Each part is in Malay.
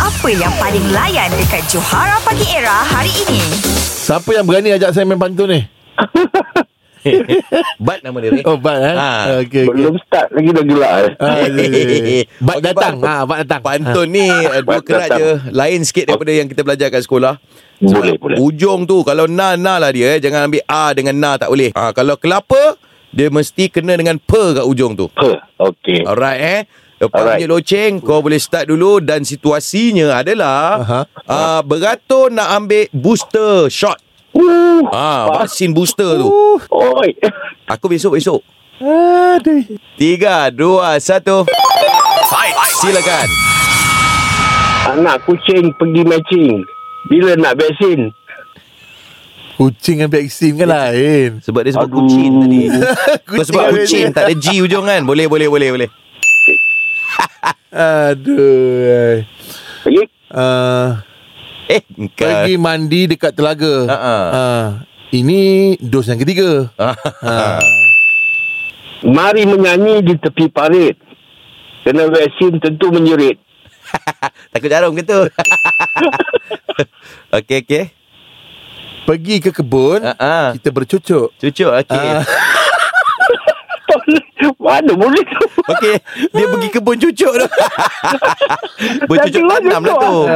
Apa yang paling layan dekat Johara Pagi Era hari ini? Siapa yang berani ajak saya main pantun ni? Bat nama dia. Ray. Oh, Bat eh? Ah. okay, Belum start lagi dah gelak eh. Ah, dia, dia, dia. Bat Okey, datang. Bat. Ah, Bat datang. Pantun ni eh, dua Bat kerat datang. je lain sikit daripada yang kita belajar kat sekolah. Boleh, boleh. Ujung tu kalau na na lah dia eh jangan ambil a dengan na tak boleh. Ha, kalau kelapa dia mesti kena dengan pe kat ujung tu. Huh, Ha, Okey. Ah. Alright eh. Lepas Alright. bunyi loceng kau boleh start dulu dan situasinya adalah Aha. uh-huh. uh, beratur nak ambil booster shot. Uh, Ah, Faham. vaksin booster tu. Uh, oi. Aku besok besok. Ah. Aduh. Tiga, dua, satu. Silakan. Anak kucing pergi matching. Bila nak vaksin? Kucing dengan vaksin kan lain. Sebab dia sebut Aduh. kucing tadi. Kau Kucing sebut ada kucing dia. tak ada G ujung kan? Boleh boleh boleh boleh. Aduh. eh. Pergi Uh, Eh, engkau. pergi mandi dekat telaga. Ah, ah. Ah, ini dos yang ketiga. Ah. mari menyanyi di tepi parit. Kena vaksin tentu menjerit. Takut jarum ke tu? okey okey. Pergi ke kebun, Ha ah. kita bercucuk. Cucuk okey. Ah. Mana boleh tu? Okey, dia pergi kebun cucuk tu. bercucuk Dah keluar tanam lah tu. cucuk.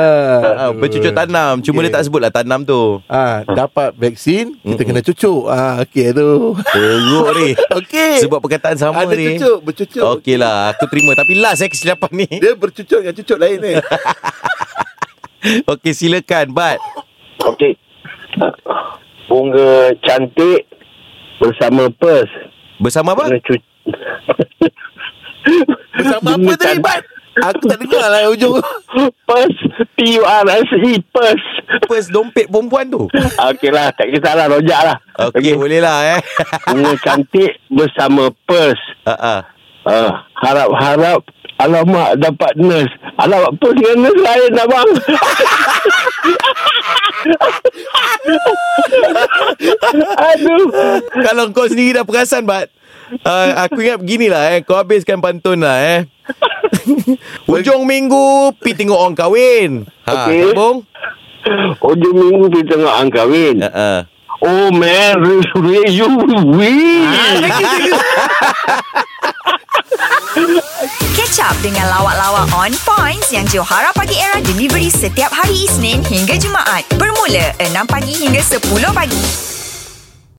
Ah, bercucuk tanam. Cuma Okey. dia tak sebut lah tanam tu. Ah, dapat vaksin, kita kena cucuk. Ah, okey tu. Teruk ni. Okey. Sebab perkataan Eh, sama Ada ni. cucuk, bercucuk. Okey lah, aku terima. Tapi last eh kesilapan ni. Dia bercucuk dengan cucuk lain ni. Okey, silakan, Bat. Okey. Bunga cantik bersama pers. Bersama apa? Kena cuci. Bersama apa tadi, Bat? Aku tak dengar lah ujung. Pers. P-U-R-S-E. E, Pers. Pers dompet perempuan tu. Okeylah, tak kisahlah, rojak lah. Okey, boleh lah eh. Bunga cantik bersama pers. Ah, ah. Uh, harap-harap Alamak dapat nurse Alamak pers dengan nurse lain abang Aduh Kalau kau sendiri dah perasan, Bat. Uh, aku ingat beginilah eh. Kau habiskan pantun lah eh. Hujung minggu, pi tengok orang kahwin. Ha, Okey. sambung. Hujung minggu kita tengok orang kahwin Ha, ha. Oh man Resurrect you win Catch up dengan lawak-lawak on points yang Johara Pagi Era delivery setiap hari Isnin hingga Jumaat bermula 6 pagi hingga 10 pagi.